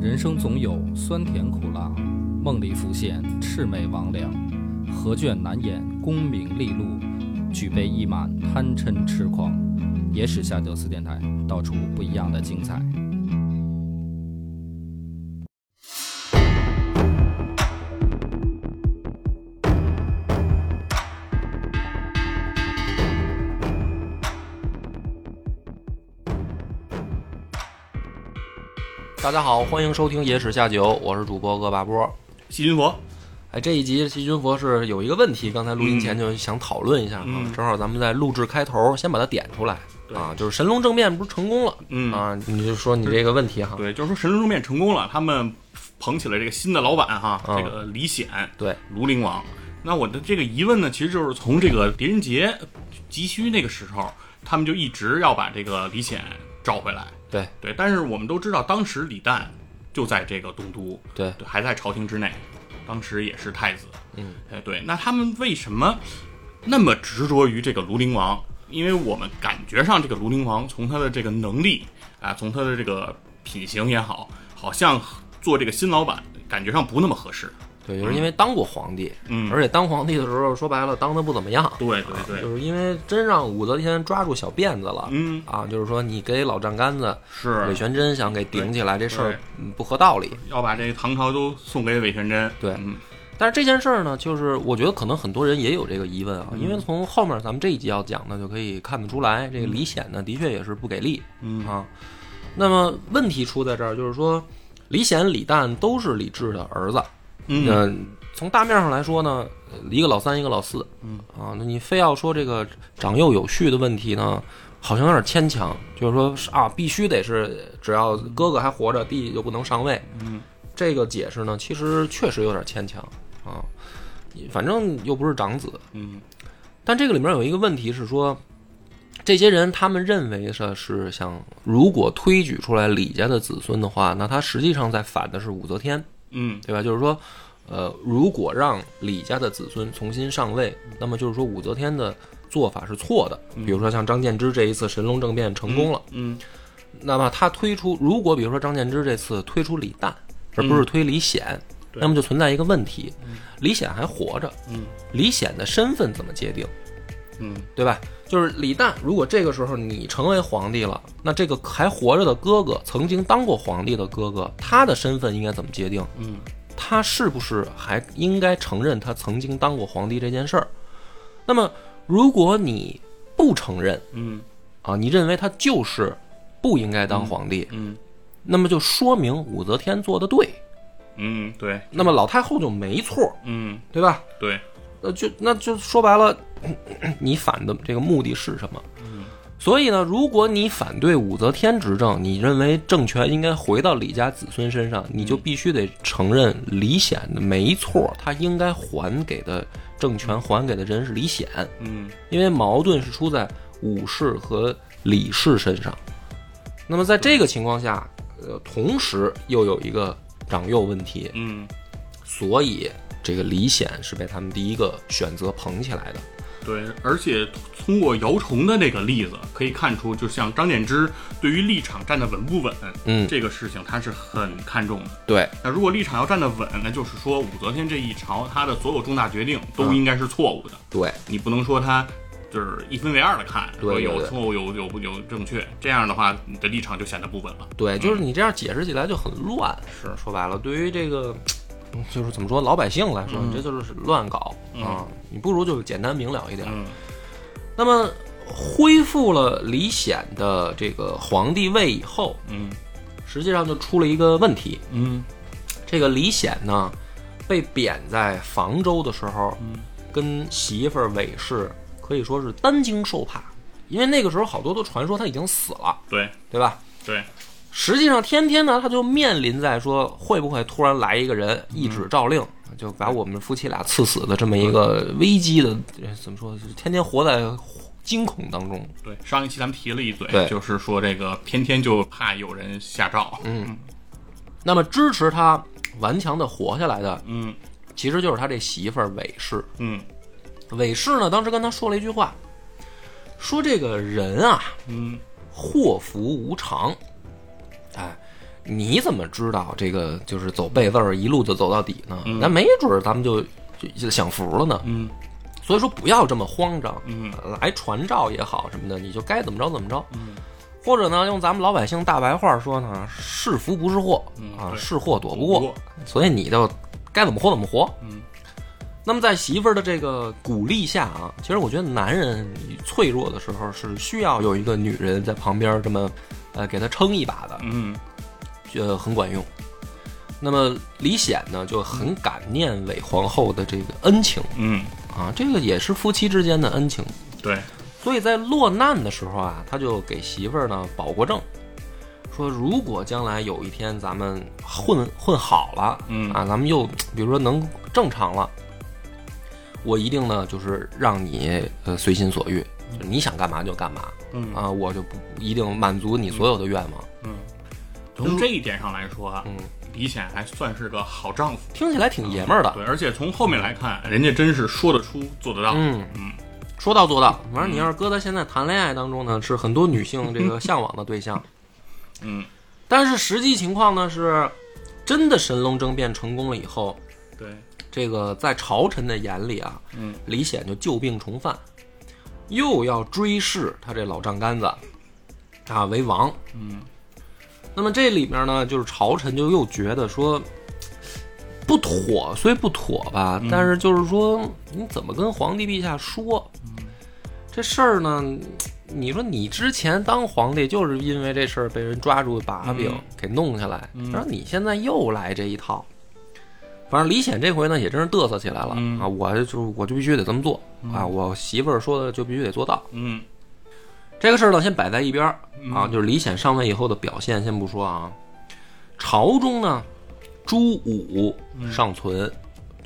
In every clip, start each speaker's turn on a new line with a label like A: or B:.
A: 人生总有酸甜苦辣，梦里浮现魑魅魍魉，何卷难掩功名利禄，举杯一满贪嗔痴狂。野史下酒四电台，道出不一样的精彩。
B: 大家好，欢迎收听《野史下酒》，我是主播恶霸波。
C: 细菌佛，
B: 哎，这一集细菌佛是有一个问题，刚才录音前就想讨论一下啊，
C: 嗯
B: 正好咱们在录制开头先把它点出来
C: 对
B: 啊，就是神龙正面不是成功了、
C: 嗯，
B: 啊？你就说你这个问题哈，
C: 对，就是说神龙正面成功了，他们捧起了这个新的老板哈，
B: 嗯
C: 这个李显，
B: 对，
C: 庐陵王。那我的这个疑问呢，其实就是从这个狄仁杰急需那个时候，他们就一直要把这个李显召回来。
B: 对
C: 对，但是我们都知道，当时李旦就在这个东都，
B: 对
C: 对，还在朝廷之内，当时也是太子。
B: 嗯，
C: 哎，对，那他们为什么那么执着于这个庐陵王？因为我们感觉上，这个庐陵王从他的这个能力啊，从他的这个品行也好，好像做这个新老板感觉上不那么合适。
B: 对，就是因为当过皇帝，
C: 嗯
B: 而且当皇帝的时候说白了当的不怎么样，
C: 对对对，
B: 就是因为真让武则天抓住小辫子了。
C: 嗯，
B: 啊，就是说你给老丈杆子
C: 是
B: 韦玄真想给顶起来这事儿
C: 对
B: 嗯不合道理，
C: 要把这个唐朝都送给韦玄真。
B: 对
C: 嗯
B: 但是这件事儿呢，就是我觉得可能很多人也有这个疑问啊，因为从后面咱们这一集要讲的就可以看得出来，这个李显呢的确也是不给力
C: 嗯
B: 啊。那么问题出在这儿，就是说李显、李旦都是李治的儿子，
C: 嗯
B: 嗯，从大面上来说呢，呃一个老三，一个老四，
C: 嗯
B: 啊，那你非要说这个长幼有序的问题呢，好像有点牵强，就是说是啊，必须得是只要哥哥还活着，弟弟就不能上位，
C: 嗯，
B: 这个解释呢，其实确实有点牵强啊，反正又不是长子，
C: 嗯
B: 但这个里面有一个问题是说，这些人他们认为的是想，如果推举出来李家的子孙的话，那他实际上在反的是武则天，
C: 嗯
B: 对吧？就是说，呃，如果让李家的子孙重新上位，那么就是说武则天的做法是错的。比如说像张建之这一次神龙政变成功了，
C: 嗯
B: 那么他推出，如果比如说张建之这次推出李旦，而不是推李显，
C: 嗯对
B: 那么就存在一个问题：李显还活着，
C: 嗯
B: 李显的身份怎么界定？
C: 嗯
B: 对吧？就是李旦，如果这个时候你成为皇帝了，那这个还活着的哥哥，曾经当过皇帝的哥哥，他的身份应该怎么界定？
C: 嗯，
B: 他是不是还应该承认他曾经当过皇帝这件事儿？那么，如果你不承认
C: 嗯
B: 啊，你认为他就是不应该当皇帝，
C: 嗯
B: 那么就说明武则天做的对，
C: 嗯，对，
B: 那么老太后就没错，
C: 嗯
B: 对吧？
C: 对，
B: 那呃就那就说白了，你反的这个目的是什么？所以呢，如果你反对武则天执政，你认为政权应该回到李家子孙身上，你就必须得承认李显的没错，他应该还给的政权还给的人是李显，
C: 嗯
B: 因为矛盾是出在武氏和李氏身上。那么在这个情况下，呃，同时又有一个长幼问题，
C: 嗯
B: 所以这个李显是被他们第一个选择捧起来的。
C: 对，而且通过姚崇的这个例子可以看出，就像张建之对于立场站得稳不稳，
B: 嗯
C: 这个事情他是很看重的。
B: 对
C: 那如果立场要站得稳，那就是说武则天这一朝她的所有重大决定
B: 嗯
C: 都应该是错误的，
B: 对
C: 你不能说她。就是一分为二的看，
B: 对
C: 说
B: 对
C: 有
B: 对
C: 错误有有不有正确，这样的话你的立场就显得不稳了。
B: 对，就是你这样解释起来就很乱。
C: 是
B: 说白了，对于这个。嗯就是怎么说，老百姓来说，你这就是乱搞、啊！你不如就是简单明了一点。
C: 嗯
B: 那么恢复了李显的这个皇帝位以后，
C: 嗯
B: 实际上就出了一个问题。
C: 嗯
B: 这个李显呢，被贬在房州的时候，跟媳妇儿韦氏可以说是担惊受怕，因为那个时候好多都传说他已经死了，
C: 对
B: 对吧？
C: 对，
B: 实际上，天天呢，他就面临在说会不会突然来一个人一纸诏令，就把我们夫妻俩赐死的这么一个危机的，呃怎么说？就是天天活在惊恐当中。
C: 对，上一期咱们提了一嘴
B: 对，
C: 就是说这个天天就怕有人下诏。嗯
B: 那么，支持他顽强的活下来的，
C: 嗯
B: 其实就是他这媳妇儿韦氏。
C: 嗯
B: 韦氏呢，当时跟他说了一句话，说这个人啊，
C: 嗯
B: 祸福无常。哎，你怎么知道这个就是走背字儿一路就走到底呢？
C: 嗯
B: 咱没准儿咱们就就就享福了呢。
C: 嗯
B: 所以说不要这么慌张，
C: 嗯
B: 来传召也好什么的，你就该怎么着怎么着。
C: 嗯
B: 或者呢，用咱们老百姓大白话说呢，是福不是祸
C: 嗯
B: 啊，
C: 对
B: 是祸躲不
C: 躲不
B: 过
C: 过，
B: 所以你就该怎么活怎么活。
C: 嗯
B: 那么在媳妇儿的这个鼓励下啊，其实我觉得男人脆弱的时候是需要有一个女人在旁边这么呃给他撑一把的，
C: 嗯
B: 呃很管用。那么李显呢就很感念韦皇后的这个恩情
C: 嗯，
B: 啊，这个也是夫妻之间的恩情。
C: 对，
B: 所以在落难的时候啊，他就给媳妇儿呢保过证，说如果将来有一天咱们混混好了，
C: 嗯
B: 啊，咱们又比如说能正常了，我一定呢就是让你呃随心所欲，就是你想干嘛就干嘛
C: 嗯
B: 啊，我就不一定满足你所有的愿望。
C: 嗯，从这一点上来说啊，
B: 嗯，
C: 李显还算是个好丈夫。
B: 听起来挺爷们儿的，
C: 对，而且从后面来看，人家真是说得出做得到。
B: 嗯
C: 嗯
B: 说到做到。反正你要是搁在现在谈恋爱当中呢，是很多女性这个向往的对象。
C: 嗯，
B: 但是实际情况呢是，真的神龙政变成功了以后，
C: 对，
B: 这个在朝臣的眼里啊，
C: 嗯
B: 李显就旧病重犯，又要追谥他这老丈杆子啊为王。
C: 嗯
B: 那么这里面呢，就是朝臣就又觉得说。不妥虽不妥吧，
C: 嗯
B: 但是就是说，你怎么跟皇帝陛下说
C: 嗯
B: 这事儿呢？你说你之前当皇帝就是因为这事儿被人抓住把柄、
C: 嗯
B: 给弄下来，
C: 嗯
B: 然后你现在又来这一套，反正李显这回呢也真是嘚瑟起来了、
C: 嗯
B: 啊！我就我就必须得这么做、啊！我媳妇儿说的就必须得做到。
C: 嗯
B: 这个事儿呢，先摆在一边儿
C: 嗯
B: 啊，就是李显上位以后的表现，先不说啊。朝中呢，朱武尚存，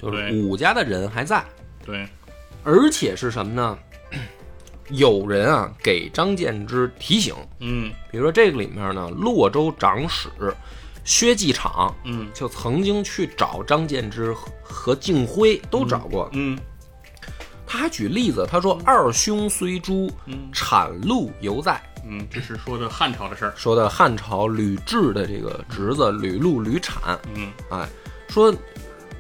B: 就是
C: 嗯对
B: 武家的人还在，
C: 对，
B: 而且是什么呢？有人啊给张建之提醒，
C: 嗯
B: 比如说这个里面呢，洛州长史薛继场
C: 嗯
B: 就曾经去找张建之和和敬辉都找过，
C: 嗯
B: 他还举例子，他说二兄虽诛，
C: 嗯
B: 产禄犹在。
C: 嗯，这是说的汉朝的事儿。
B: 说的汉朝吕雉的这个侄子吕禄、吕产，
C: 嗯
B: 哎，说，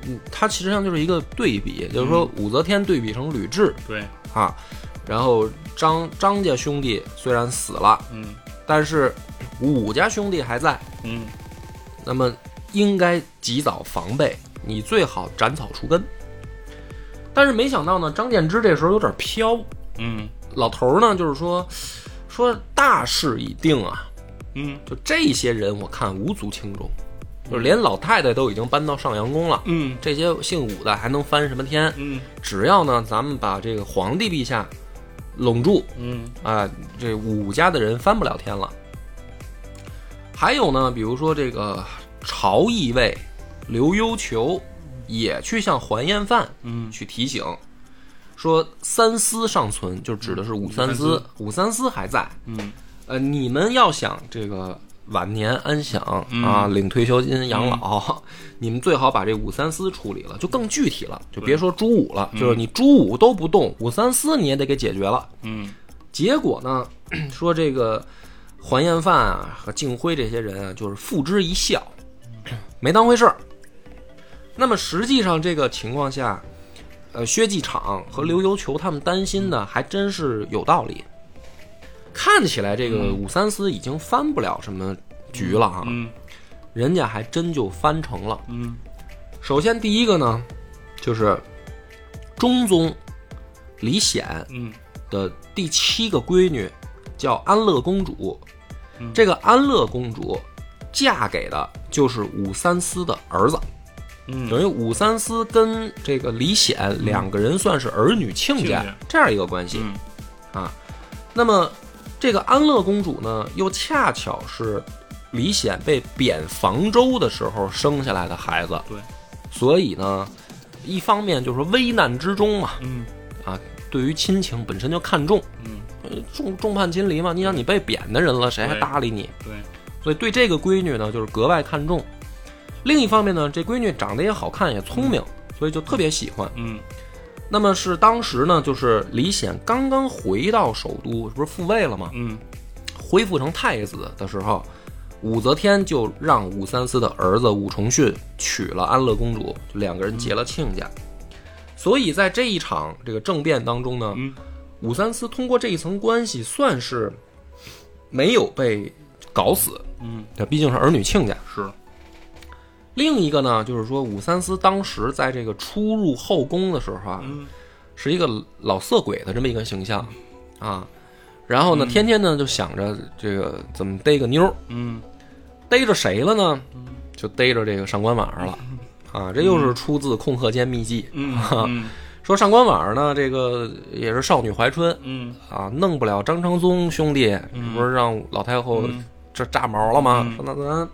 B: 嗯，他其实上就是一个对比，就是说武则天对比成吕雉
C: 对，
B: 啊，然后张张家兄弟虽然死了，
C: 嗯
B: 但是武家兄弟还在，
C: 嗯
B: 那么应该及早防备，你最好斩草除根。但是没想到呢，张建之这时候有点飘，
C: 嗯
B: 老头儿呢就是说，说大势已定啊，
C: 嗯
B: 就这些人，我看无足轻重，就是连老太太都已经搬到上阳宫了，
C: 嗯
B: 这些姓武的还能翻什么天？
C: 嗯
B: 只要呢，咱们把这个皇帝陛下拢住
C: 嗯
B: 啊、这武家的人翻不了天了。还有呢，比如说这个朝议尉刘幽求也去向还彦范
C: 嗯
B: 去提醒，说三思尚存，就指的是武三思，武三思还在，
C: 嗯
B: 呃，你们要想这个晚年安享、
C: 嗯
B: 啊，领退休金养老，你们最好把这五三思处理了，就更具体了，就别说朱武了，就是你朱武都不动，五三思你也得给解决了。
C: 嗯
B: 结果呢， 说这个还彦范啊和敬辉这些人啊，就是付之一笑， 没当回事儿。那么实际上这个情况下，呃，薛继场和刘游求他们担心的还真是有道理。看起来这个武三思已经翻不了什么局了啊，
C: 嗯
B: 人家还真就翻成了。
C: 嗯
B: 首先第一个呢，就是中宗李显
C: 嗯
B: 的第七个闺女叫安乐公主
C: 嗯。
B: 这个安乐公主嫁给的就是武三思的儿子，
C: 嗯
B: 等于武三思跟这个李显两个人算是儿女亲家
C: 亲家
B: 这样一个关系
C: 嗯
B: 啊。那么这个安乐公主呢，又恰巧是李显被贬房州的时候生下来的孩子，
C: 对，
B: 所以呢，一方面就是说危难之中嘛，
C: 嗯
B: 对于亲情本身就看重。
C: 嗯，
B: 众众叛亲离嘛，你想你被贬的人了，谁还
C: 对
B: 搭理你？
C: 对，
B: 所以对这个闺女呢，就是格外看重。另一方面呢，这闺女长得也好看，也聪明，所以就特别喜欢。
C: 嗯
B: 那么是当时呢，就是李显刚刚回到首都，不是复位了吗？
C: 嗯
B: 恢复成太子的时候，武则天就让武三思的儿子武重训娶了安乐公主，就两个人结了亲家。所以在这一场这个政变当中呢，
C: 嗯
B: 武三思通过这一层关系，算是没有被搞死。
C: 嗯，
B: 这毕竟是儿女亲家。
C: 是，
B: 另一个呢，就是说武三思当时在这个初入后宫的时候啊，
C: 嗯
B: 是一个老色鬼的这么一个形象啊。然后呢，天天呢就想着这个怎么逮个妞儿，
C: 嗯
B: 逮着谁了呢？就逮着这个上官婉儿 了啊！这又是出自《控鹤间秘记
C: 嗯嗯》，
B: 说上官婉儿呢，这个也是少女怀春
C: 嗯
B: 啊，弄不了张长宗兄弟，
C: 嗯
B: 不是让老太后
C: 嗯
B: 这炸毛了吗？
C: 嗯
B: 说那咱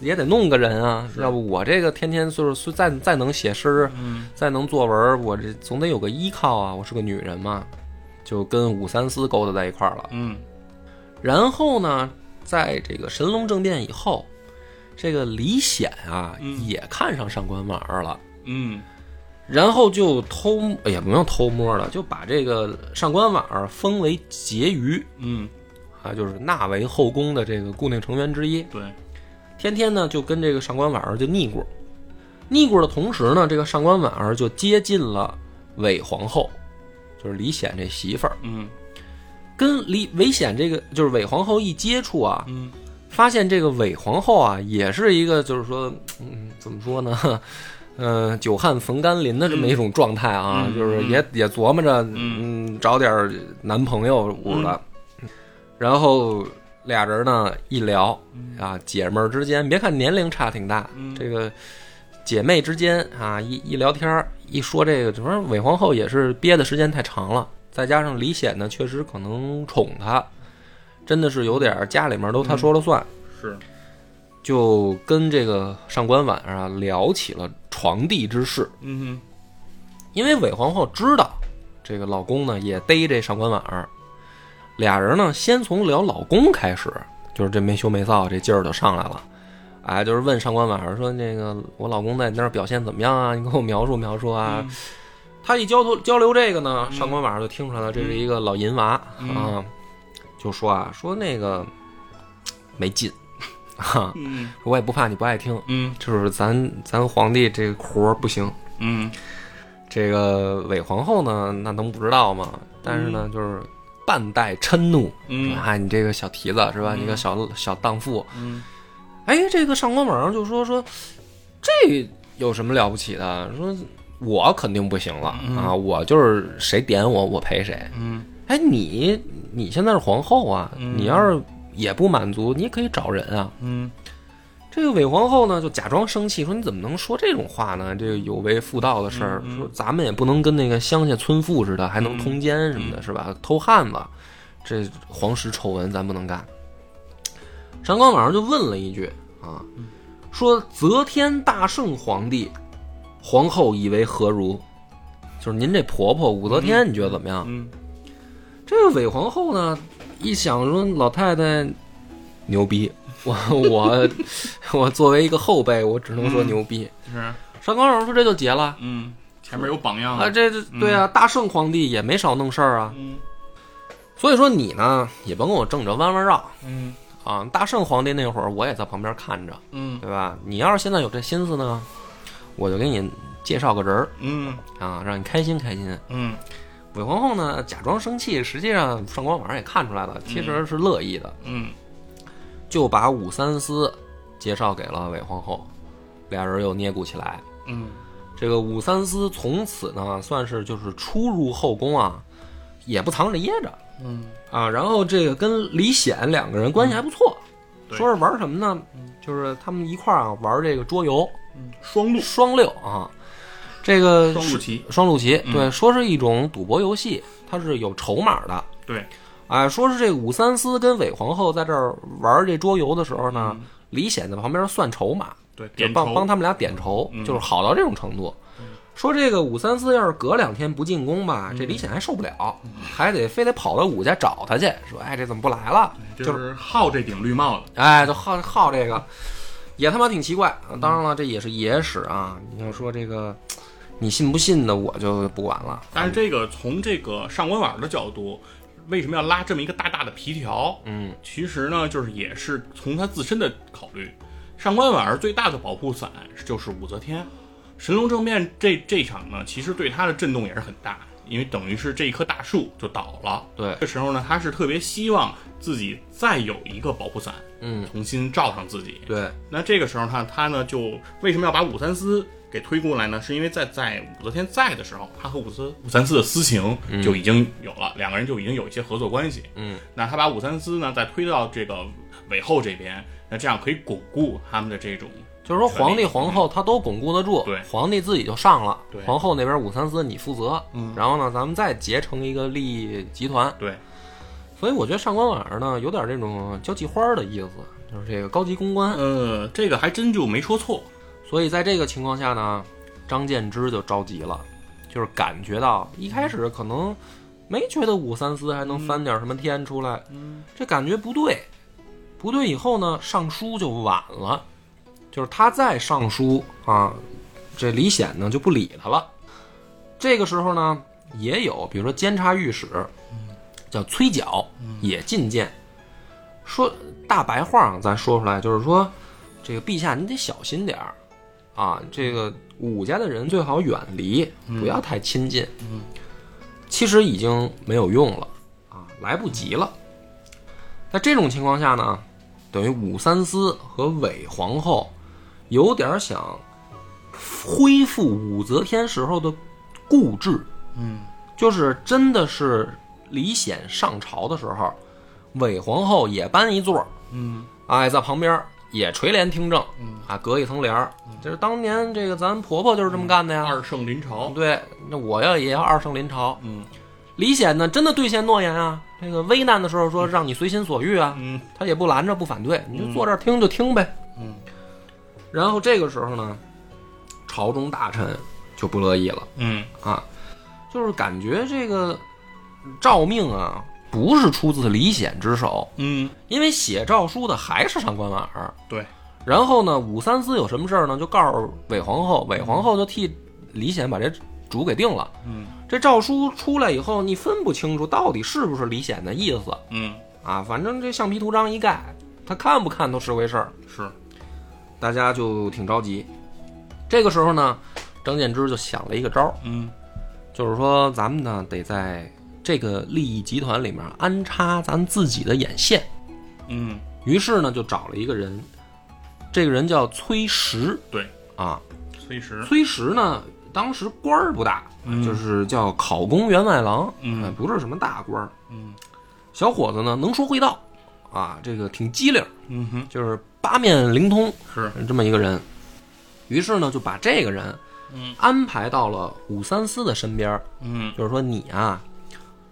B: 也得弄个人啊，
C: 是
B: 要不我这个天天就是虽再再能写诗，
C: 嗯
B: 再能作文，我这总得有个依靠啊，我是个女人嘛，就跟武三思勾搭在一块儿了。
C: 嗯
B: 然后呢，在这个神龙政变以后，这个李显啊、
C: 嗯
B: 也看上上官婉儿了，
C: 嗯
B: 然后就偷也没有偷摸了，就把这个上官婉儿封为婕妤
C: 嗯，
B: 啊，就是纳为后宫的这个固定成员之一。
C: 对，
B: 天天呢就跟这个上官婉儿就腻咕，腻咕的同时呢，这个上官婉儿就接近了韦皇后，就是李显这媳妇儿。
C: 嗯
B: 跟李韦显这个就是韦皇后一接触啊，
C: 嗯
B: 发现这个韦皇后啊，也是一个就是说，嗯，怎么说呢？ 嗯，久旱逢甘霖的这么一种状态啊，
C: 嗯
B: 就是也也琢磨着，
C: 嗯
B: 嗯，找点儿男朋友捂的。然后俩人呢一聊啊，姐们儿之间，别看年龄差挺大，
C: 嗯
B: 这个姐妹之间啊一一聊天儿一说这个，主要韦皇后也是憋的时间太长了，再加上李显呢确实可能宠她，真的是有点儿家里面都她说了算。
C: 是，
B: 就跟这个上官婉儿啊聊起了床帝之事，
C: 嗯
B: 因为韦皇后知道这个老公呢也逮这上官婉儿，俩人呢先从聊老公开始，就是这没羞没臊这劲儿就上来了，哎，就是问上官婉儿说那个我老公在你那儿表现怎么样啊？你给我描述描述啊。
C: 嗯
B: 他一交头交流这个呢，
C: 嗯
B: 上官婉儿就听出来了，这是一个老淫娃、
C: 嗯
B: 啊，就说啊说那个没劲啊，
C: 嗯
B: 我也不怕你不爱听。
C: 嗯
B: 就是咱咱皇帝这活儿不行，
C: 嗯
B: 这个韦皇后呢，那能不知道吗？但是呢，就是半带嗔怒，说
C: 嗯
B: 啊，你这个小蹄子是吧？
C: 嗯
B: 你个小小荡妇，
C: 嗯
B: 哎，这个上官婉儿就说说，这有什么了不起的？说我肯定不行了
C: 嗯
B: 啊，我就是谁点我，我陪谁。
C: 嗯
B: 哎，你你现在是皇后啊，
C: 嗯
B: 你要是也不满足，你也可以找人啊。
C: 嗯
B: 这个韦皇后呢，就假装生气，说：“你怎么能说这种话呢？这个有违妇道的事儿，
C: 嗯嗯嗯
B: 说咱们也不能跟那个乡下村妇似的，还能通奸什么的，是吧？偷汉子，这皇室丑闻咱不能干。”上官婉儿就问了一句：“啊，
C: 嗯
B: 说则天大圣皇帝，皇后以为何如？就是您这婆婆武则天，你觉得怎么样？”
C: 嗯
B: 这个韦皇后呢，一想说老太太牛逼，我我我作为一个后辈，我只能说牛逼。
C: 是，
B: 上官婉儿说这就结了
C: 嗯，前面有榜样
B: 啊，这这对啊，大圣皇帝也没少弄事儿啊。
C: 嗯
B: 所以说你呢，也甭跟我正着弯弯绕
C: 嗯
B: 啊。大圣皇帝那会儿我也在旁边看着，
C: 嗯
B: 对吧？你要是现在有这心思呢，我就给你介绍个人儿
C: 嗯
B: 啊，让你开心开心。
C: 嗯
B: 韦皇后呢，假装生气，实际上上官婉儿也看出来了，其实是乐意的。
C: 嗯
B: 就把武三思介绍给了韦皇后，俩人又捏鼓起来。
C: 嗯
B: 这个武三思从此呢，算是就是初入后宫啊，也不藏着掖着
C: 嗯，
B: 啊。然后这个跟李显两个人关系还不错，
C: 嗯对嗯
B: 说是玩什么呢？就是他们一块儿啊玩这个桌游
C: 双路
B: 双六啊，这个
C: 双
B: 是
C: 路棋，
B: 双路棋，
C: 嗯
B: 对，说是一种赌博游戏，它是有筹码的。
C: 对，
B: 哎，说是这个武三思跟韦皇后在这儿玩这桌游的时候呢，
C: 嗯
B: 李显在旁边算筹码，
C: 对，
B: 就
C: 点
B: 帮
C: 头
B: 帮，他们俩点筹，
C: 嗯
B: 就是好到这种程度。说这个武三思要是隔两天不进宫吧，这李显还受不了，还得非得跑到武家找他去，说哎这怎么不来了？
C: 就
B: 就是
C: 好这顶绿帽子，
B: 哎，就好好这个，也他妈挺奇怪。啊当然了，这也是野史啊。你要说这个，你信不信的，我就不管了。
C: 但是这个从这个上官婉儿的角度，为什么要拉这么一个大大的皮条？
B: 嗯，
C: 其实呢，就是也是从他自身的考虑。上官婉儿最大的保护伞就是武则天，神龙政变这这场呢，其实对他的震动也是很大，因为等于是这一棵大树就倒了。
B: 对，
C: 这时候呢，他是特别希望自己再有一个保护伞，
B: 嗯，
C: 重新罩上自己。
B: 对，
C: 那这个时候呢，他呢就为什么要把武三思给推过来呢？是因为在在武则天在的时候，他和武则武三思的私情就已经有了，两个人就已经有一些合作关系。
B: 嗯，
C: 那他把武三思呢再推到这个韦后这边，那这样可以巩固他们的这种
B: 就是说皇帝皇后他都巩固得住，
C: 对
B: 皇帝自己就上了
C: 对，
B: 皇后那边武三思你负责，
C: 嗯
B: 然后呢，咱们再结成一个利益集团。
C: 对
B: 所以我觉得上官婉儿呢，有点这种交际花儿的意思，就是这个高级公关。
C: 呃，这个还真就没说错。
B: 所以在这个情况下呢，张建之就着急了，就是感觉到一开始可能没觉得武三思还能翻点什么天出来，这感觉不对，不对。以后呢，上书就晚了，就是他再上书啊，这李显呢就不理他了。这个时候呢，也有比如说监察御史叫崔皎也进谏，说大白话啊咱说出来就是说，这个陛下你得小心点儿啊，这个武家的人最好远离，不要太亲近。其实已经没有用了啊，来不及了。在这种情况下呢，等于武三思和韦皇后有点想恢复武则天时候的固执，
C: 嗯，
B: 就是真的是李显上朝的时候，韦皇后也搬一座儿，
C: 嗯
B: 哎，在旁边儿也垂帘听政，啊，隔一层帘儿，
C: 嗯
B: 就是当年这个咱婆婆就是这么干的呀。
C: 二圣临朝，
B: 对，那我要也要二圣临朝。
C: 嗯
B: 李显呢，真的兑现诺言啊，这个危难的时候说让你随心所欲啊，
C: 嗯
B: 他也不拦着不反对，你就坐这儿听就听呗。
C: 嗯
B: 然后这个时候呢，朝中大臣就不乐意了。
C: 嗯
B: 啊，就是感觉这个诏命啊，不是出自李显之手，
C: 嗯，
B: 因为写诏书的还是上官婉儿。
C: 对，
B: 然后呢，武三思有什么事儿呢，就告诉韦皇后，韦皇后就替李显把这主给定了。
C: 嗯
B: 这诏书出来以后，你分不清楚到底是不是李显的意思
C: 嗯
B: 啊，反正这橡皮图章一盖，他看不看都是回事儿。
C: 是，
B: 大家就挺着急。这个时候呢，张建之就想了一个招儿。
C: 嗯
B: 就是说咱们呢得在这个利益集团里面安插咱自己的眼线。
C: 嗯
B: 于是呢，就找了一个人，这个人叫崔实
C: 对，
B: 啊。
C: 崔实，
B: 崔实呢，当时官儿不大，
C: 嗯
B: 就是叫考功员外郎，
C: 嗯
B: 哎不是什么大官儿。
C: 嗯
B: 小伙子呢，能说会道，啊，这个挺机灵，
C: 嗯哼
B: 就是八面灵通，
C: 是，
B: 这么一个人。于是呢，就把这个人
C: 嗯
B: 安排到了武三思的身边儿，
C: 嗯
B: 就是说你啊，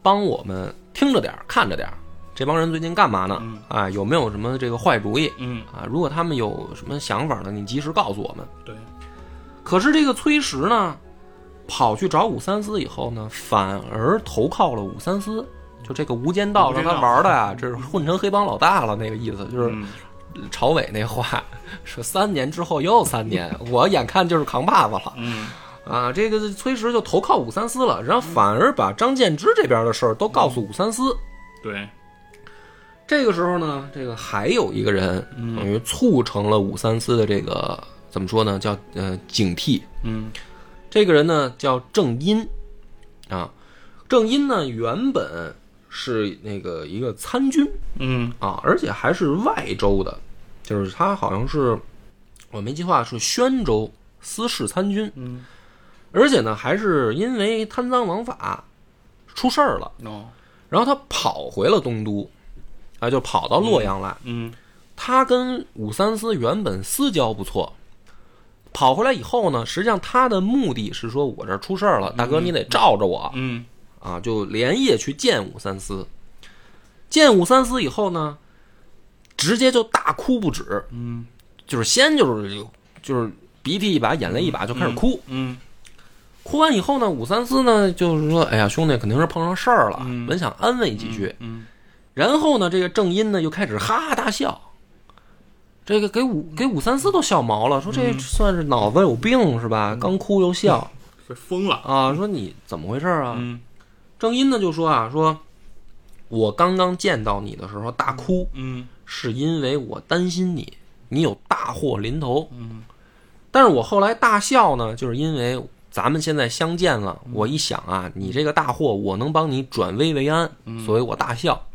B: 帮我们听着点儿，看着点儿，这帮人最近干嘛呢？
C: 嗯
B: 啊，有没有什么这个坏主意
C: 嗯
B: 啊？如果他们有什么想法呢，你及时告诉我们。
C: 对，
B: 可是这个崔实呢，跑去找武三思以后呢，反而投靠了武三思。就这个无间道
C: 无间
B: 让
C: 道
B: 他玩的呀，这是混成黑帮老大了，那个意思就是
C: 嗯
B: 朝伟那话，说三年之后又三年，我眼看就是扛把子了。
C: 嗯
B: 啊，这个崔实就投靠武三思了，然后反而把张建之这边的事儿都告诉武三思。
C: 对，
B: 这个时候呢，这个还有一个人，等于促成了武三思的这个怎么说呢，叫呃警惕。
C: 嗯
B: 这个人呢叫郑殷，啊，郑殷呢原本是那个一个参军
C: 嗯
B: 啊，而且还是外州的，就是他好像是我没记错啊是宣州司事参军，
C: 嗯
B: 而且呢，还是因为贪赃枉法出事儿了，
C: 哦
B: 然后他跑回了东都，啊，就跑到洛阳来。
C: 嗯
B: 他跟武三思原本私交不错，跑回来以后呢，实际上他的目的是说，我这儿出事儿了，大哥你得罩着我
C: 嗯
B: 啊，就连夜去见武三思。见武三思以后呢，直接就大哭不止，
C: 嗯
B: 就是先就是就是鼻涕一把眼泪一把就开始哭，
C: 嗯
B: 哭完以后呢，武三思呢就是说，哎呀，兄弟肯定是碰上事儿了，
C: 嗯
B: 本想安慰几句。
C: 嗯
B: 然后呢，这个郑殷呢又开始哈哈大笑，这个给武给武三思都笑毛了，说这
C: 嗯
B: 算是脑子有病是吧？刚哭又笑
C: 这疯了，
B: 啊，说你怎么回事啊？
C: 嗯
B: 郑殷呢就说啊，说我刚刚见到你的时候大哭，
C: 嗯
B: 是因为我担心你，你有大祸临头。
C: 嗯
B: 但是我后来大笑呢，就是因为咱们现在相见了，
C: 嗯
B: 我一想啊，你这个大祸，我能帮你转危为安，
C: 嗯
B: 所以我大笑，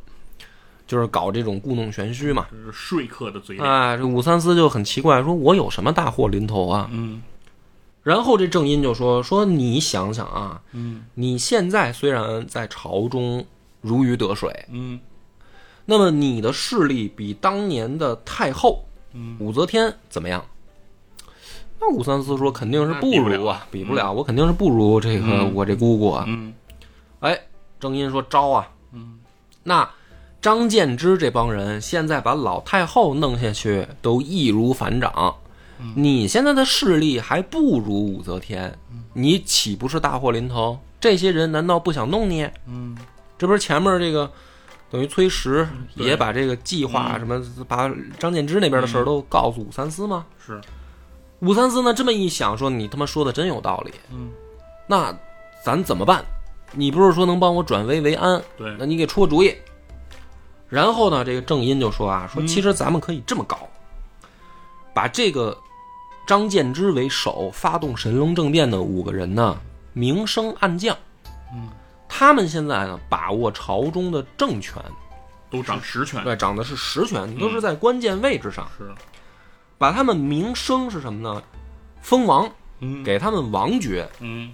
B: 就是搞这种故弄玄虚嘛。
C: 这是说客的嘴脸。
B: 啊，这武三思就很奇怪，说我有什么大祸临头啊？
C: 嗯
B: 然后这正音就说说你想想啊，
C: 嗯
B: 你现在虽然在朝中如鱼得水，
C: 嗯
B: 那么你的势力比当年的太后
C: 嗯
B: 武则天怎么样？那武三思说肯定是不如啊，
C: 那
B: 比
C: 比
B: 不
C: 不了
B: 了，我肯定是不如这个、
C: 嗯
B: 我这姑姑啊。
C: 嗯
B: 哎，正音说招啊，
C: 嗯
B: 那张建之这帮人现在把老太后弄下去都易如反掌，你现在的势力还不如武则天，你岂不是大祸临头？这些人难道不想弄你？
C: 嗯，
B: 这不是前面这个等于崔实
C: 对
B: 也把这个计划
C: 嗯嗯
B: 什么把张建之那边的事儿都告诉武三思吗？
C: 是
B: 武三思呢这么一想，说你他妈说的真有道理，
C: 嗯，
B: 那咱怎么办？你不是说能帮我转危为安？
C: 对
B: 那你给出个主意。然后呢，这个郑音就说啊，说
C: 嗯
B: 其实咱们可以这么搞，把这个张建之为首发动神龙政变的五个人呢，明升暗降。
C: 嗯，
B: 他们现在呢把握朝中的政权，
C: 都掌实权。
B: 对，掌的是实权，都是在关键位置上。
C: 嗯是
B: 把他们明升是什么呢？封王，
C: 嗯
B: 给他们王爵，
C: 嗯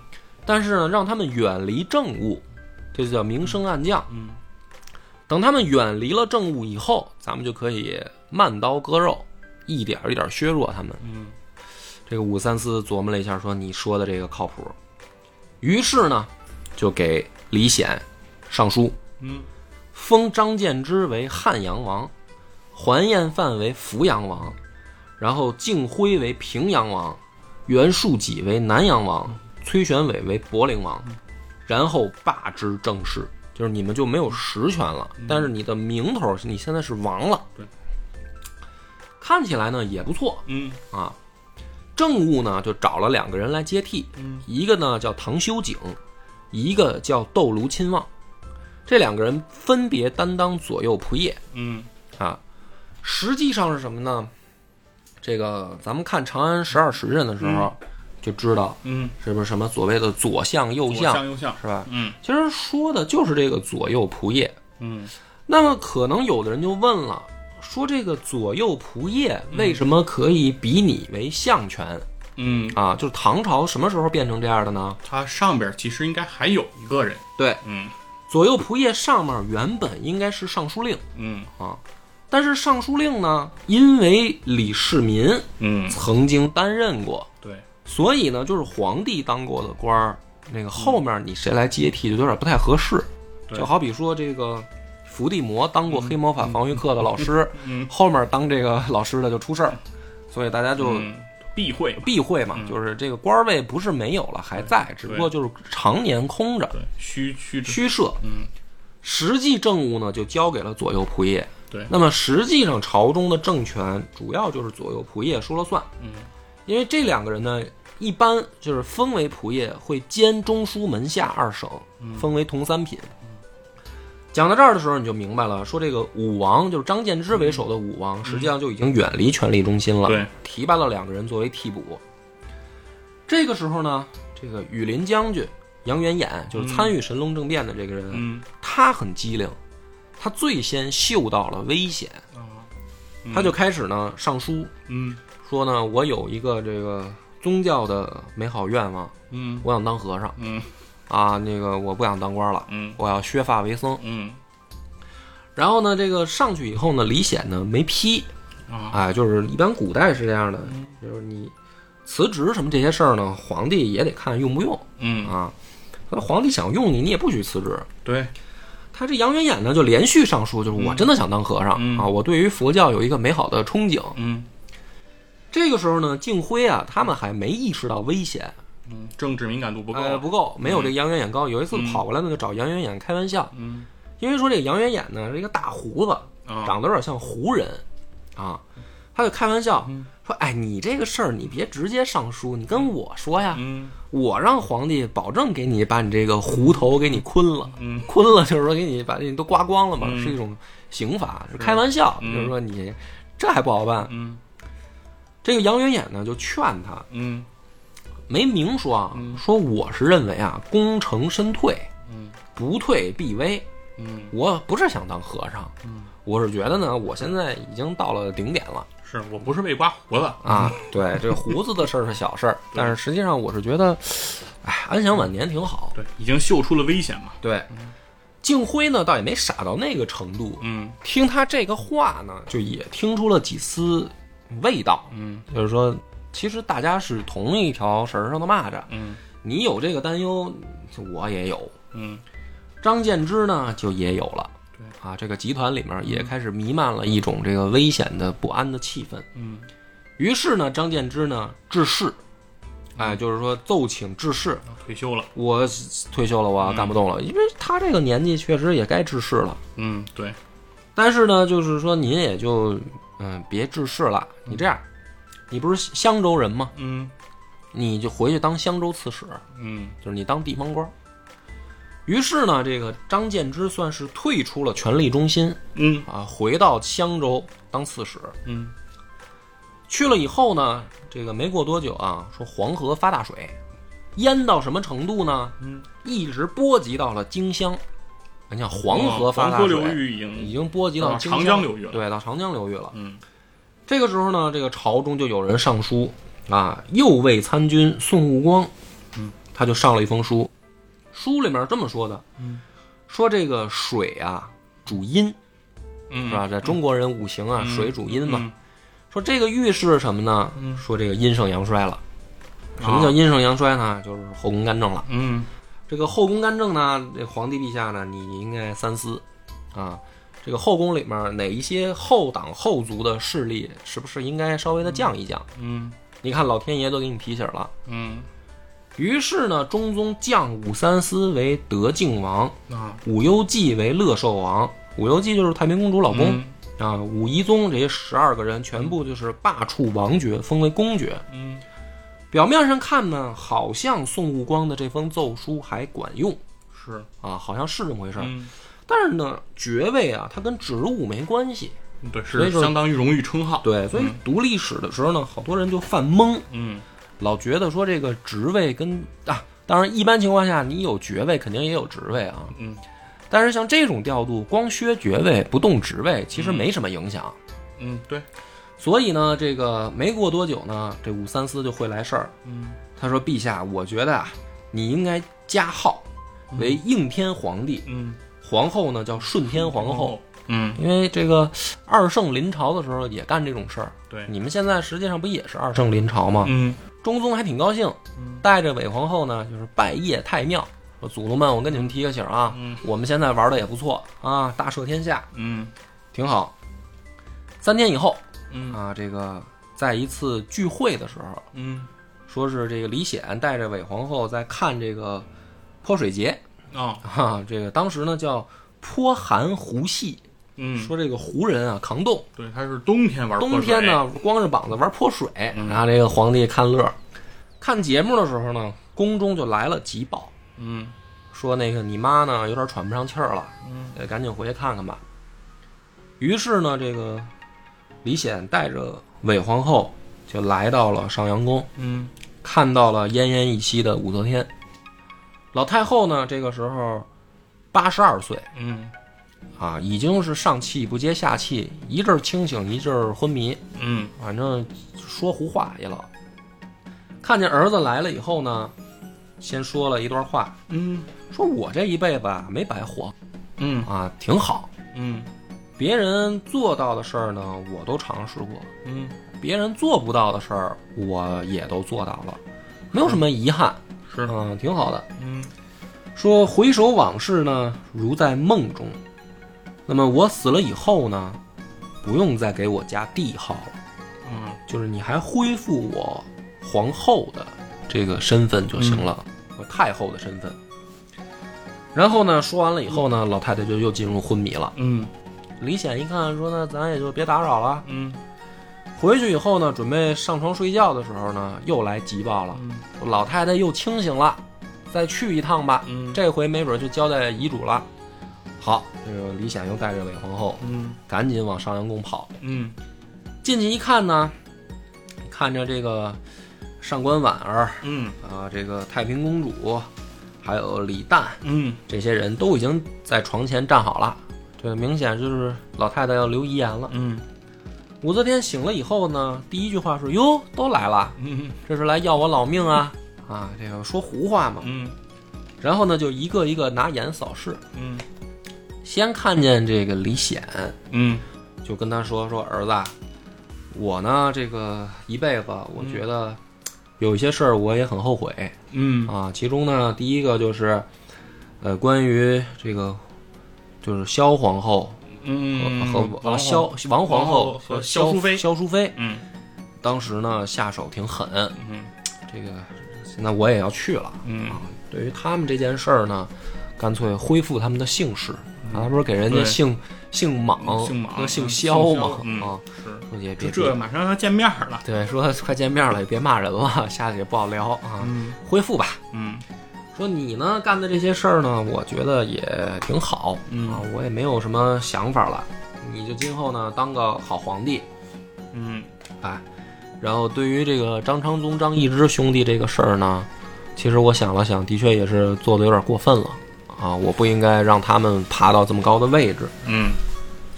B: 但是呢，让他们远离政务，这就叫明升暗降。
C: 嗯
B: 等他们远离了政务以后，咱们就可以慢刀割肉，一点儿一点儿削弱他们。
C: 嗯
B: 这个武三思琢磨了一下，说：“你说的这个靠谱。”于是呢，就给李显上书，
C: 嗯
B: 封张建之为汉阳王，还彦范为扶阳王，然后敬辉为平阳王，袁术己为南阳王，崔玄伟为博陵王，
C: 嗯
B: 然后罢之政事，就是你们就没有实权了，但是你的名头是你现在是王了
C: 嗯对，
B: 看起来呢也不错
C: 嗯
B: 啊。政务呢就找了两个人来接替，
C: 嗯
B: 一个呢叫唐修景，一个叫窦卢亲望，这两个人分别担当左右仆射
C: 嗯
B: 啊。实际上是什么呢？这个咱们看《长安十二时辰》的时候、就知道，
C: 嗯，
B: 是不是什么所谓的左相右
C: 左
B: 相
C: 右相，
B: 是吧？
C: 嗯
B: 其实说的就是这个左右仆射。
C: 嗯
B: 那么可能有的人就问了，说这个左右仆射为什么可以比拟为相权、
C: 嗯，
B: 啊？就是唐朝什么时候变成这样的呢？
C: 他上边其实应该还有一个人。
B: 对，
C: 嗯
B: 左右仆射上面原本应该是尚书令，
C: 嗯
B: 但是尚书令呢，因为李世民
C: 嗯，
B: 曾经担任过，
C: 对，
B: 所以呢，就是皇帝当过的官儿，那个后面你谁来接替就有点不太合适。
C: 对
B: 就好比说这个伏地魔当过黑魔法防御课的老师，
C: 嗯
B: 后面当这个老师的就出事儿，所以大家就
C: 嗯避讳嘛，
B: 避讳嘛，就是这个官位不是没有了，还在，只不过就是常年空着。
C: 对，虚虚之，
B: 虚设，
C: 嗯，
B: 实际政务呢就交给了左右仆射。
C: 对
B: 那么实际上朝中的政权主要就是左右仆射说了算，
C: 嗯
B: 因为这两个人呢，一般就是封为仆射，会兼中书门下二省，
C: 嗯
B: 封为同三品。讲到这儿的时候，你就明白了，说这个武王就是张建之为首的武王，实际上就已经远离权力中心了，
C: 嗯对，
B: 提拔了两个人作为替补。这个时候呢，这个羽林将军杨元衍就是参与神龙政变的这个人，
C: 嗯
B: 他很机灵，他最先嗅到了危险，
C: 嗯
B: 他就开始呢上书
C: 嗯
B: 说呢，我有一个这个宗教的美好愿望，
C: 嗯
B: 我想当和尚
C: 嗯
B: 啊，那个我不想当官了，
C: 嗯
B: 我要削发为僧。
C: 嗯
B: 然后呢，这个上去以后呢，李显呢没批，
C: 啊，嗯
B: 哎，就是一般古代是这样的，就是你辞职什么这些事儿呢，皇帝也得看用不用
C: 嗯
B: 啊。那皇帝想用你，你也不许辞职。
C: 对，
B: 他这杨元衍呢，就连续上书，就是我真的想当和尚、
C: 嗯
B: 啊，我对于佛教有一个美好的憧憬。
C: 嗯
B: 这个时候呢，敬辉啊，他们还没意识到危险，
C: 嗯，政治敏感度不
B: 呃，
C: 够，
B: 不够，没有这个杨元衍高。有一次跑过来呢，就找杨元衍开玩笑，
C: 嗯
B: 因为说这个杨元衍呢是一个大胡子，
C: 啊，
B: 长得有点像胡人，啊，他就开玩笑
C: 嗯
B: 说：“哎，你这个事儿你别直接上书，你跟我说呀，
C: 嗯
B: 我让皇帝保证给你把你这个胡头给你坤了，
C: 嗯
B: 坤了就是说给你把你都刮光了嘛，
C: 嗯
B: 是一种刑罚，是开玩笑，
C: 嗯
B: 就是说你这还不好办。
C: 嗯
B: 这个杨元衍呢就劝他，
C: 嗯
B: 没明说啊，
C: 嗯
B: 说我是认为啊，功成身退，
C: 嗯
B: 不退必危，
C: 嗯，
B: 我不是想当和尚，
C: 嗯
B: 我是觉得呢，我现在已经到了顶点 了。
C: 是我不是被刮胡子，
B: 啊，对，这胡子的事儿是小事 儿，但是实际上我是觉得，哎，安享晚年挺好。
C: 对，已经嗅出了危险嘛，
B: 对，敬辉呢倒也没傻到那个程度，
C: 嗯
B: 听他这个话呢，就也听出了几丝味道，
C: 嗯
B: 就是说，其实大家是同一条绳儿上的蚂蚱，
C: 嗯
B: 你有这个担忧，我也有，
C: 嗯
B: 张建之呢就也有了。
C: 对
B: 啊，这个集团里面也开始弥漫了一种这个危险的不安的气氛。
C: 嗯
B: 于是呢，张建之呢致仕，哎，就是说奏请致仕，
C: 退休了，
B: 我退休了，我要干不动了，因为他这个年纪确实也该致仕了。
C: 嗯对，
B: 但是呢，就是说您也就嗯别致仕了，你这样，你不是襄州人吗？
C: 嗯
B: 你就回去当襄州刺史，
C: 嗯
B: 就是你当地方官。于是呢，这个张建之算是退出了权力中心
C: 嗯
B: 啊，回到襄州当刺史。
C: 嗯
B: 去了以后呢，这个没过多久啊，说黄河发大水，淹到什么程度呢？
C: 嗯，
B: 一直波及到了荆襄。你想黄河发
C: 哦黄
B: 大
C: 河
B: 水，
C: 流域已
B: 已
C: 经，
B: 经波及
C: 到
B: 荆
C: 长江流域了
B: 对，到长江流域了。
C: 嗯
B: 这个时候呢，这个朝中就有人上书啊，右卫参军宋务光，
C: 嗯，
B: 他就上了一封书，书里面这么说的，
C: 嗯，
B: 说这个水啊主阴
C: 嗯
B: 是吧？在中国人五行啊，
C: 嗯
B: 水主阴嘛。说这个预示什么呢？
C: 嗯啊
B: 说这个阴盛阳衰了。什么叫阴盛阳衰呢？就是后宫干政了。
C: 嗯
B: 这个后宫干政呢，这皇帝陛下呢，你应该三思啊。这个后宫里面哪一些后党后族的势力，是不是应该稍微的降一降？
C: 嗯
B: 你看老天爷都给你提醒了。
C: 嗯
B: 于是呢，中宗降武三思为德靖王，
C: 啊
B: 武攸暨为乐寿王。武攸暨就是太平公主老公。
C: 嗯
B: 啊，武懿宗这些十二个人全部就是罢黜王爵，封为公爵。
C: 嗯
B: 表面上看呢，好像宋武光的这封奏书还管用
C: 是
B: 啊，好像是这么回事儿。
C: 嗯
B: 但是呢，爵位啊，它跟职务没关系。
C: 对
B: 所
C: 是
B: 以说
C: 相当于荣誉称号，
B: 对，所以读历史的时候呢，好多人就犯懵，
C: 嗯
B: 老觉得说这个职位跟啊，当然一般情况下你有爵位肯定也有职位啊，
C: 嗯
B: 但是像这种调度，光削爵位不动职位，其实没什么影响。
C: 嗯对
B: 所以呢，这个没过多久呢，这武三思就会来事儿。
C: 嗯
B: 他说：“陛下，我觉得啊，你应该加号为应天皇帝，
C: 嗯
B: 皇后呢叫顺天皇后。
C: 嗯
B: 因为这个二圣临朝的时候也干这种事儿。
C: 对
B: 你们现在实际上不也是二圣临朝吗？
C: 嗯
B: 中宗还挺高兴
C: 嗯，
B: 带着韦皇后呢，就是拜谒太庙。说祖宗们，我跟你们提个醒啊，
C: 嗯
B: 我们现在玩的也不错啊，大赦天下，
C: 嗯
B: 挺好。三天以后，
C: 嗯
B: 啊，这个在一次聚会的时候，
C: 嗯
B: 说是这个李显带着韦皇后在看这个泼水节
C: 啊
B: 啊，这个当时呢叫泼寒湖戏，
C: 嗯
B: 说这个胡人啊扛冻，
C: 对，它是冬天玩
B: 冬
C: 泼水
B: 天，呢光着膀子玩泼水，
C: 嗯
B: 然后这个皇帝看乐儿。看节目的时候呢，宫中就来了急报，
C: 嗯
B: 说那个你妈呢有点喘不上气儿了，
C: 嗯
B: 呃，赶紧回去看看吧。于是呢，这个李显带着韦皇后就来到了上阳宫，
C: 嗯
B: 看到了奄奄一息的武则天。老太后呢，这个时候八十二岁
C: 嗯
B: 啊，已经是上气不接下气，一阵儿清醒，一阵儿昏迷，
C: 嗯
B: 反正说胡话也老。看见儿子来了以后呢，先说了一段话，
C: 嗯
B: 说我这一辈子啊没白活
C: 嗯
B: 啊，挺好。
C: 嗯
B: 别人做到的事儿呢，我都尝试过；
C: 嗯
B: 别人做不到的事儿，我也都做到了，没有什么遗憾，
C: 是
B: 嗯，挺好的。
C: 嗯
B: 说回首往事呢，如在梦中。那么我死了以后呢，不用再给我加帝号了，
C: 嗯
B: 就是你还恢复我皇后的这个身份就行了，我太后的身份。然后呢，说完了以后呢，老太太就又进入昏迷了。
C: 嗯
B: 李显一看说呢，咱也就别打扰了，
C: 嗯
B: 回去以后呢，准备上床睡觉的时候呢，又来急报了，老太太又清醒了，再去一趟吧，
C: 嗯
B: 这回没准就交代遗嘱了。好，这个李显又带着韦皇后
C: 嗯
B: 赶紧往上阳宫跑。
C: 嗯
B: 进去一看呢，看着这个上官婉儿
C: 嗯
B: 啊，这个太平公主，还有李旦
C: 嗯
B: 这些人都已经在床前站好了。这明显就是老太太要留遗言了。
C: 嗯
B: 武则天醒了以后呢，第一句话是：“哟，都来了，
C: 嗯
B: 这是来要我老命啊！”啊，这个说胡话嘛。
C: 嗯
B: 然后呢，就一个一个拿眼扫视，
C: 嗯
B: 先看见这个李显，
C: 嗯
B: 就跟他说：“说儿子啊，我呢这个一辈子，我觉得有一些事儿我也很后悔
C: 嗯
B: 啊。其中呢，第一个就是，呃，关于这个就是萧皇后
C: 嗯
B: 和和萧王皇
C: 皇后
B: 后
C: 和
B: 和
C: 萧淑妃
B: 萧淑妃
C: 嗯
B: 当时呢下手挺狠，
C: 嗯
B: 这个现在我也要去了。
C: 嗯
B: 对于他们这件事儿呢，干脆恢复他们的姓氏，啊，不是给人家
C: 嗯对
B: 姓姓莽、
C: 姓莽
B: 和姓
C: 姓
B: 萧
C: 萧
B: 嘛
C: 嗯
B: 啊，
C: 是
B: 说也别
C: 这这马上要见面了
B: 对，说快见面了，也别骂人了， 下去也不好聊啊，
C: 嗯
B: 恢复吧。
C: 嗯
B: 说你呢干的这些事儿呢，我觉得也挺好啊
C: 嗯，
B: 我也没有什么想法了，你就今后呢当个好皇帝，
C: 嗯
B: 哎，然后对于这个张昌宗、张易之兄弟这个事儿呢，其实我想了想，的确也是做的有点过分了啊！我不应该让他们爬到这么高的位置。
C: 嗯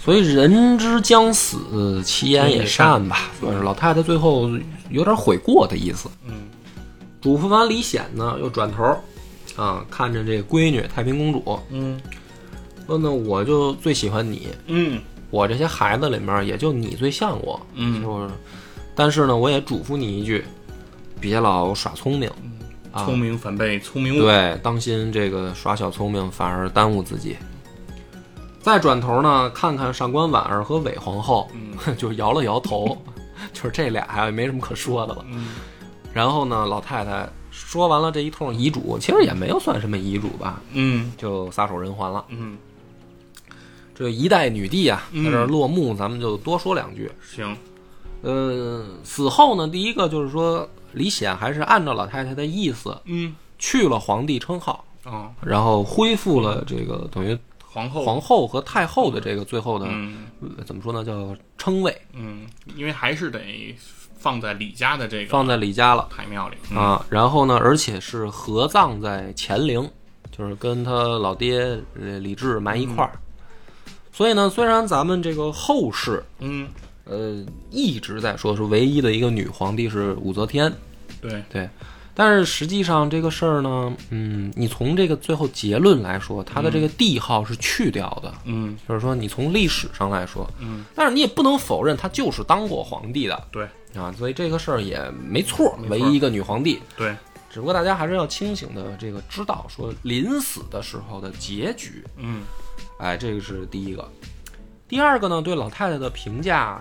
B: 所以人之将死，其言也善吧。算是老太太最后有点悔过的意思。
C: 嗯
B: 嘱咐完李显呢，又转头啊，看着这闺女太平公主，
C: 嗯
B: 说呢，我就最喜欢你，
C: 嗯
B: 我这些孩子里面也就你最像我。
C: 嗯，
B: 就是，但是呢，我也嘱咐你一句，别老耍聪明，啊
C: 聪，明反被聪明误。
B: 对，当心这个耍小聪明反而耽误自己。再转头呢，看看上官婉儿和韦皇后，
C: 嗯
B: 就摇了摇头， 就是这俩呀，也没什么可说的了。
C: 嗯
B: 然后呢，老太太说完了这一通遗嘱，其实也没有算什么遗嘱吧，
C: 嗯
B: 就撒手人寰了。
C: 嗯，
B: 这一代女帝啊，
C: 嗯
B: 在这儿落幕，咱们就多说两句。
C: 行，
B: 呃，死后呢，第一个就是说，李显还是按照老太太的意思
C: 嗯
B: 去了皇帝称号，
C: 哦，
B: 然后恢复了这个等于
C: 皇后，
B: 皇后和太后的这个最后的、
C: 嗯
B: 呃怎么说呢，叫称谓，
C: 嗯，因为还是得放在李家的这个
B: 放在李家了
C: 太庙里。
B: 啊。然后呢，而且是合葬在乾陵，就是跟他老爹呃李治埋一块儿。所以呢，虽然咱们这个后世
C: 嗯，
B: 呃一直在说是唯一的一个女皇帝是武则天，
C: 对，
B: 对，但是实际上这个事儿呢，嗯，你从这个最后结论来说，它的这个帝号是去掉的，
C: 嗯
B: 就是说你从历史上来说，
C: 嗯，
B: 但是你也不能否认他就是当过皇帝的
C: 对
B: 啊，所以这个事儿也没错，
C: 没错
B: 唯一一个女皇帝。
C: 对，
B: 只不过大家还是要清醒的这个知道，说临死的时候的结局，
C: 嗯
B: 哎，这个是第一个。第二个呢，对老太太的评价，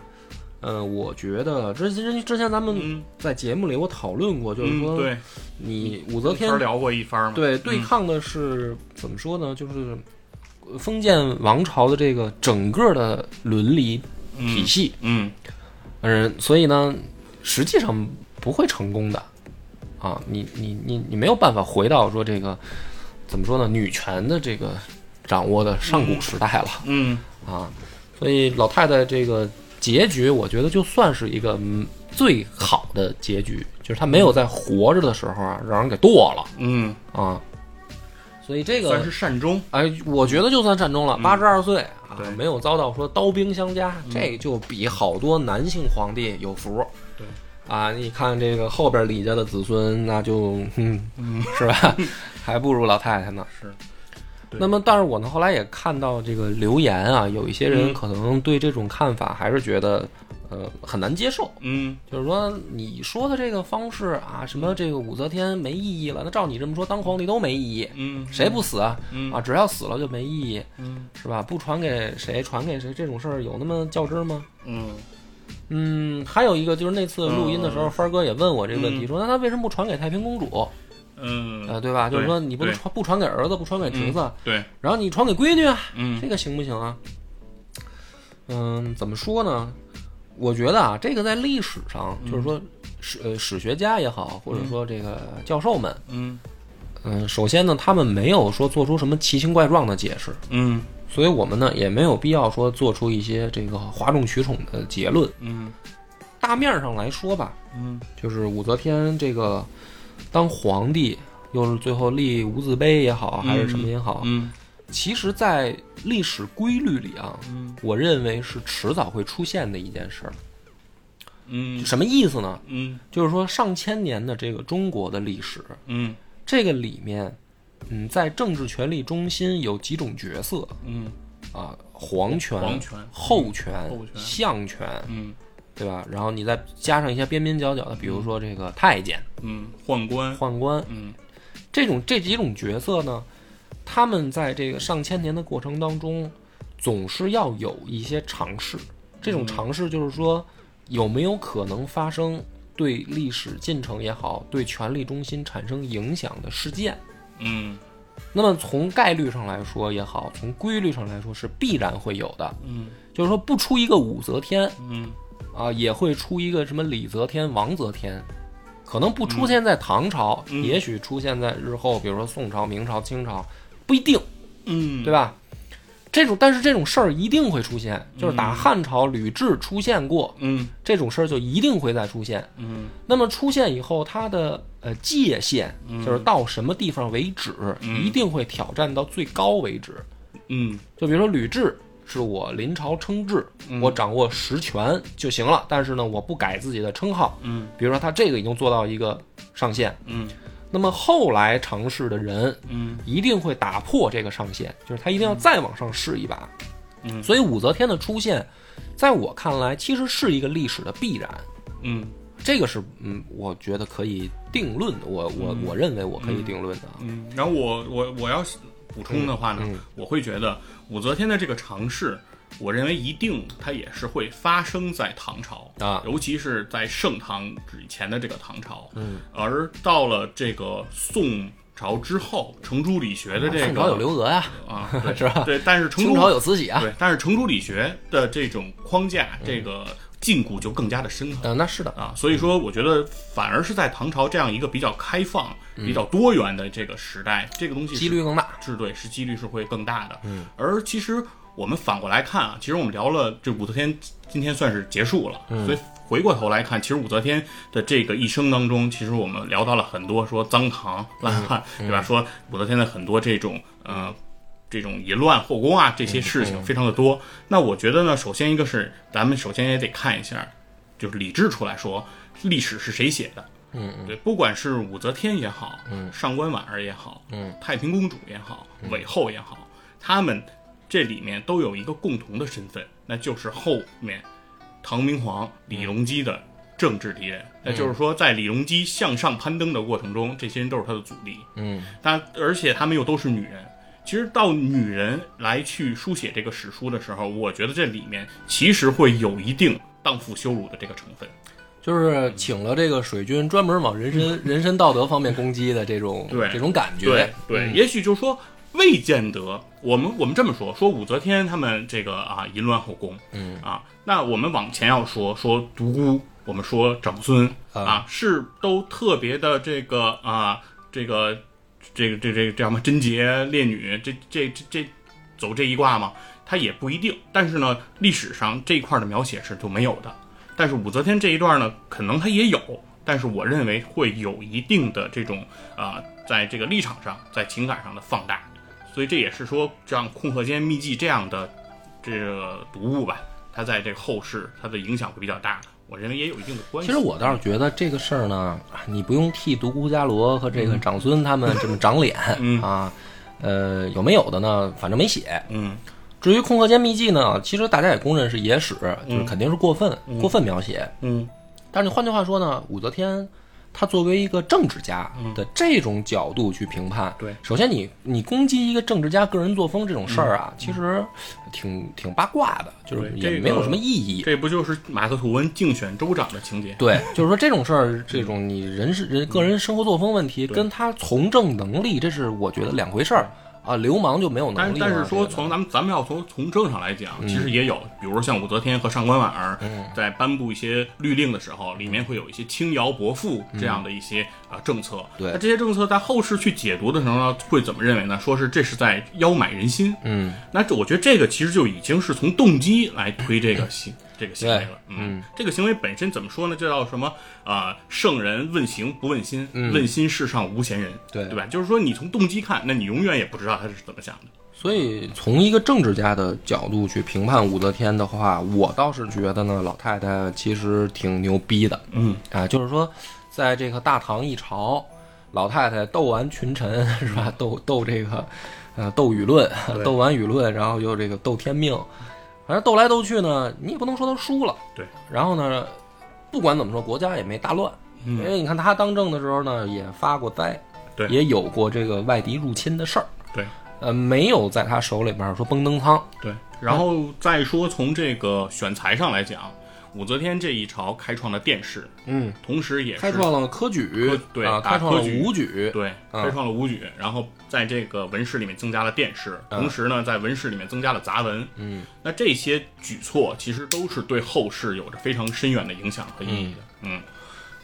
B: 呃，我觉得之之之前咱们
C: 嗯
B: 在节目里我讨论过，就是
C: 嗯，
B: 说
C: 对，嗯
B: 你武则
C: 一
B: 天
C: 番聊过一番嘛。
B: 对对抗的是怎么说呢？就是呃封建王朝的这个整个的伦理体
C: 嗯
B: 系，
C: 嗯
B: 嗯，所以呢，实际上不会成功的啊！你你你你没有办法回到说这个怎么说呢？女权的这个掌握的上古时代了、
C: 嗯
B: 啊！所以老太太这个结局，我觉得就算是一个嗯最好的结局，就是她没有在活着的时候啊让人给剁了。
C: 嗯，
B: 啊，所以这
C: 算
B: 个
C: 是善终。
B: 哎，我觉得就算善终了，八十二岁啊
C: 嗯对，嗯
B: 没有遭到说刀兵相加，这就比好多男性皇帝有福。
C: 对
B: 啊，你看这个后边李家的子孙，那就嗯，是吧？ 还不如老太太呢。
C: 是对
B: 那么，但是我呢，后来也看到这个留言啊，有一些人
C: 嗯
B: 可能对这种看法还是觉得，呃，很难接受。
C: 嗯
B: 就是说你说的这个方式啊，什么这个武则天没意义了，那照你这么说，当皇帝都没意义，
C: 嗯，
B: 谁不死啊？
C: 嗯
B: 啊，只要死了就没意义，
C: 嗯
B: 是吧？不传给谁，传给谁，这种事儿有那么较真儿吗？
C: 嗯
B: 嗯，还有一个就是那次录音的时候，帆儿哥也问我这个问题，
C: 嗯
B: 说那他为什么不传给太平公主？呃，
C: 嗯，
B: 对吧？就是说
C: 对
B: 你不能
C: 对嗯
B: 传不传给儿子，不传给侄子，
C: 对，
B: 然后你传给闺女啊，
C: 嗯
B: 这个行不行啊？嗯，怎么说呢？我觉得啊，这个在历史上，
C: 嗯
B: 就是说史呃史学家也好，或者说这个教授们，
C: 嗯
B: 嗯、首先呢，他们没有说做出什么奇形怪状的解释，
C: 嗯
B: 所以我们呢也没有必要说做出一些这个哗众取宠的结论。
C: 嗯
B: 大面上来说吧，
C: 嗯
B: 就是武则天这个当皇帝，又是最后立无字碑也好，还是什么也好，
C: 嗯
B: 其实，在历史规律里啊，
C: 嗯
B: 我认为是迟早会出现的一件事儿。
C: 嗯
B: 什么意思呢？
C: 嗯
B: 就是说上千年的这个中国的历史，
C: 嗯
B: 这个里面，嗯，在政治权力中心有几种角色
C: 嗯
B: 啊，皇权、
C: 皇权
B: 后权、
C: 后权
B: 相权，
C: 嗯
B: 对吧？然后你再加上一些边边角角的，比如说这个太监、
C: 嗯，宦官，
B: 宦官
C: 嗯
B: 这种这几种角色呢，他们在这个上千年的过程当中，总是要有一些尝试。这种尝试就是说，有没有可能发生对历史进程也好，对权力中心产生影响的事件？
C: 嗯
B: 那么从概率上来说也好，从规律上来说是必然会有的。
C: 嗯
B: 就是说，不出一个武则天
C: 嗯
B: 啊，也会出一个什么李则天、王则天，可能不出现在唐朝，
C: 嗯
B: 也许出现在日后，比如说宋朝、明朝、清朝，不一定，
C: 嗯，
B: 对吧？这种，但是这种事儿一定会出现，就是打汉朝吕雉出现过
C: 嗯
B: 这种事儿，就一定会再出现。
C: 嗯
B: 那么出现以后，它的呃界限就是到什么地方为止，一定会挑战到最高为止。
C: 嗯
B: 就比如说吕雉是我临朝称制，我掌握实权就行了，但是呢，我不改自己的称号。
C: 嗯，
B: 比如说他这个已经做到一个上限，
C: 嗯
B: 那么后来尝试的人
C: 嗯
B: 一定会打破这个上限，就是他一定要再往上试一把。
C: 嗯
B: 所以武则天的出现，在我看来其实是一个历史的必然。
C: 嗯
B: 这个是，嗯，我觉得可以定论的，我我我认为我可以定论的啊。
C: 嗯，然后我我我要补充的话呢，我会觉得武则天的这个尝试，我认为一定它也是会发生在唐朝
B: 啊
C: 尤其是在盛唐以前的这个唐朝，嗯，而到了这个宋朝之后，程朱理学的这个
B: 宋朝啊有刘娥呀、
C: 啊，
B: 是 吧？
C: 对，但是程
B: 清
C: 朱
B: 朝有慈禧啊，
C: 对，但是程朱理学的这种框架，这个禁锢就更加的深
B: 嗯、
C: 刻。
B: 那是的，
C: 啊，所以说，我觉得反而是在唐朝这样一个比较开放、比较多元的这个时代，这个东西
B: 嗯
C: 是
B: 几率更大。
C: 是对，是几率是会更大的。嗯，而其实我们反过来看啊，其实我们聊了这武则天，今天算是结束了。所以回过头来看，其实武则天的这个一生当中，其实我们聊到了很多说脏唐烂汉，对吧？说武则天的很多这种呃。这种淫乱后宫啊，这些事情非常的多。那我觉得呢，首先一个是咱们首先也得看一下，就是理智出来说，历史是谁写的？嗯，对，不管是武则天也好，嗯，上官婉儿也好，嗯，太平公主也好，韦后也好，他们这里面都有一个共同的身份，那就是后面唐明皇李隆基的政治敌人。那就是说，在李隆基向上攀登的过程中，这些人都是他的阻力。
B: 嗯，
C: 但而且他们又都是女人。其实到女人来去书写这个史书的时候，我觉得这里面其实会有一定荡妇羞辱的这个成分。
B: 就是请了这个水军专门往人 身、人身道德方面攻击的这种
C: 对
B: 这种感觉。
C: 对对，也许就是说未见得。我们我们这么说，说武则天他们这个啊淫乱后宫，嗯啊，那我们往前要说说独孤，我们说长孙啊，是都特别的这个啊这个这个这这这叫什么贞洁烈女，这这这这走这一卦吗？它也不一定。但是呢，历史上这一块的描写是就没有的。但是武则天这一段呢，可能它也有，但是我认为会有一定的这种啊、在这个立场上，在情感上的放大。所以这也是说，像《空鹤间秘记》这样的这个读物吧，它在这个后世它的影响会比较大。我认为也有一定的关
B: 其
C: 系。
B: 实我倒是觉得这个事儿呢，你不用替独孤伽罗和
C: 嗯
B: 这个长孙他们这么长脸、啊。呃，有没有的呢？反正没写。
C: 嗯
B: 至于《空河间秘记》呢，其实大家也公认是野史，就是肯定是过分、过分描写。
C: 嗯
B: 但是换句话说呢，武则天她作为一个政治家的这种角度去评判，
C: 嗯对
B: 首先你你攻击一个政治家个人作风这种事儿啊，其实挺挺八卦的，就是
C: 嗯对
B: 也
C: 这个
B: 没有什么意义。
C: 这不就是马克吐温竞选州长的情节？
B: 对，就是说这种事儿，这种
C: 嗯
B: 你人是人个人生活作风问题，跟他从政能力，这是我觉得两回事儿。啊，流氓就没有能
C: 但
B: 力嘛。
C: 但是说
B: 这个嗯
C: 从咱们咱们要从从政上来讲，其实也有，比如像武则天和上官婉儿在颁布一些律令的时候，里面会有一些轻徭薄赋这样的一些啊政策。
B: 嗯对
C: 那这些政策在后世去解读的时候呢，会怎么认为呢？说是这是在邀买人心。
B: 嗯，
C: 那这我觉得这个其实就已经是从动机来推这个 行这个行为了。嗯，这个行为本身怎么说呢？这叫什么啊、呃圣人问行不问心，问心世上无贤人。
B: 嗯对
C: 对吧？就是说你从动机看，那你永远也不知道他是怎么想的。
B: 所以从一个政治家的角度去评判武则天的话，我倒是觉得呢，老太太其实挺牛逼的
C: 嗯。
B: 啊，就是说，在这个大唐一朝，老太太斗完群臣 是吧？斗斗这个，呃，斗舆论，
C: 对
B: 斗完舆论，然后又这个斗天命，反正斗来斗去呢，你也不能说她输了。
C: 对。
B: 然后呢，不管怎么说，国家也没大乱，
C: 嗯
B: 因为你看她当政的时候呢，也发过灾，
C: 对
B: 也有过这个外敌入侵的事儿。
C: 对
B: 呃，没有在他手里边儿说崩灯汤，
C: 对，然后再说从这个选材上来讲，武则天这一朝开创了殿试，
B: 嗯，
C: 同时也是
B: 开创了科举
C: 科，对
B: 啊，
C: 打
B: 开创了
C: 科举
B: 武举，
C: 对
B: 啊
C: 开创了武举，然后在这个文史里面增加了殿试，同时呢在文史里面增加了杂文。
B: 嗯，
C: 那这些举措其实都是对后世有着非常深远的影响和意义的。嗯，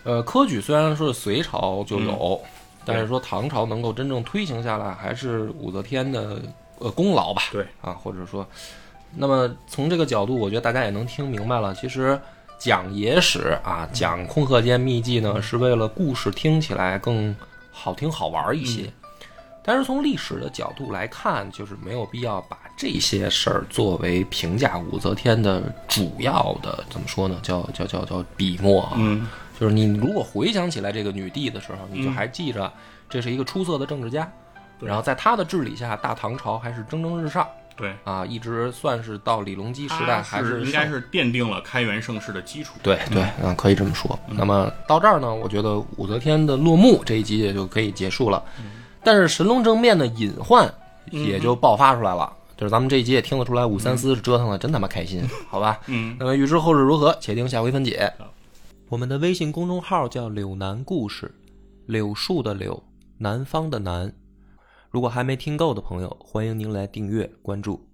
B: 呃，科举虽然是隋朝就有，但是说唐朝能够真正推行下来，还是武则天的呃功劳吧，
C: 对
B: 啊，或者说，那么从这个角度，我觉得大家也能听明白了，其实。讲野史啊，讲空鹤间秘技呢，是为了故事听起来更好听好玩一些。但是从历史的角度来看，就是没有必要把这些事儿作为评价武则天的主要的怎么说呢？叫叫叫叫笔墨啊。
C: 嗯，
B: 就是你如果回想起来这个女帝的时候，你就还记着这是一个出色的政治家，
C: 对
B: 然后在她的治理下，大唐朝还是蒸蒸日上
C: 对，
B: 啊，一直算是到李隆基时代
C: 它
B: 还
C: 是应
B: 上
C: 该是奠定了开元盛世的基础。
B: 对对，嗯，可以这么说。那么到这儿呢，我觉得武则天的落幕这一集也就可以结束了。
C: 嗯
B: 但是神龙正面的隐患也就爆发出来了，就是咱们这一集也听得出来，武三思是折腾的真他妈开 心，好吧？
C: 嗯，
B: 那么预知后事如何，且听下回分解。我们的微信公众号叫“柳南故事”，柳树的柳，南方的南。如果还没听够的朋友，欢迎您来订阅关注。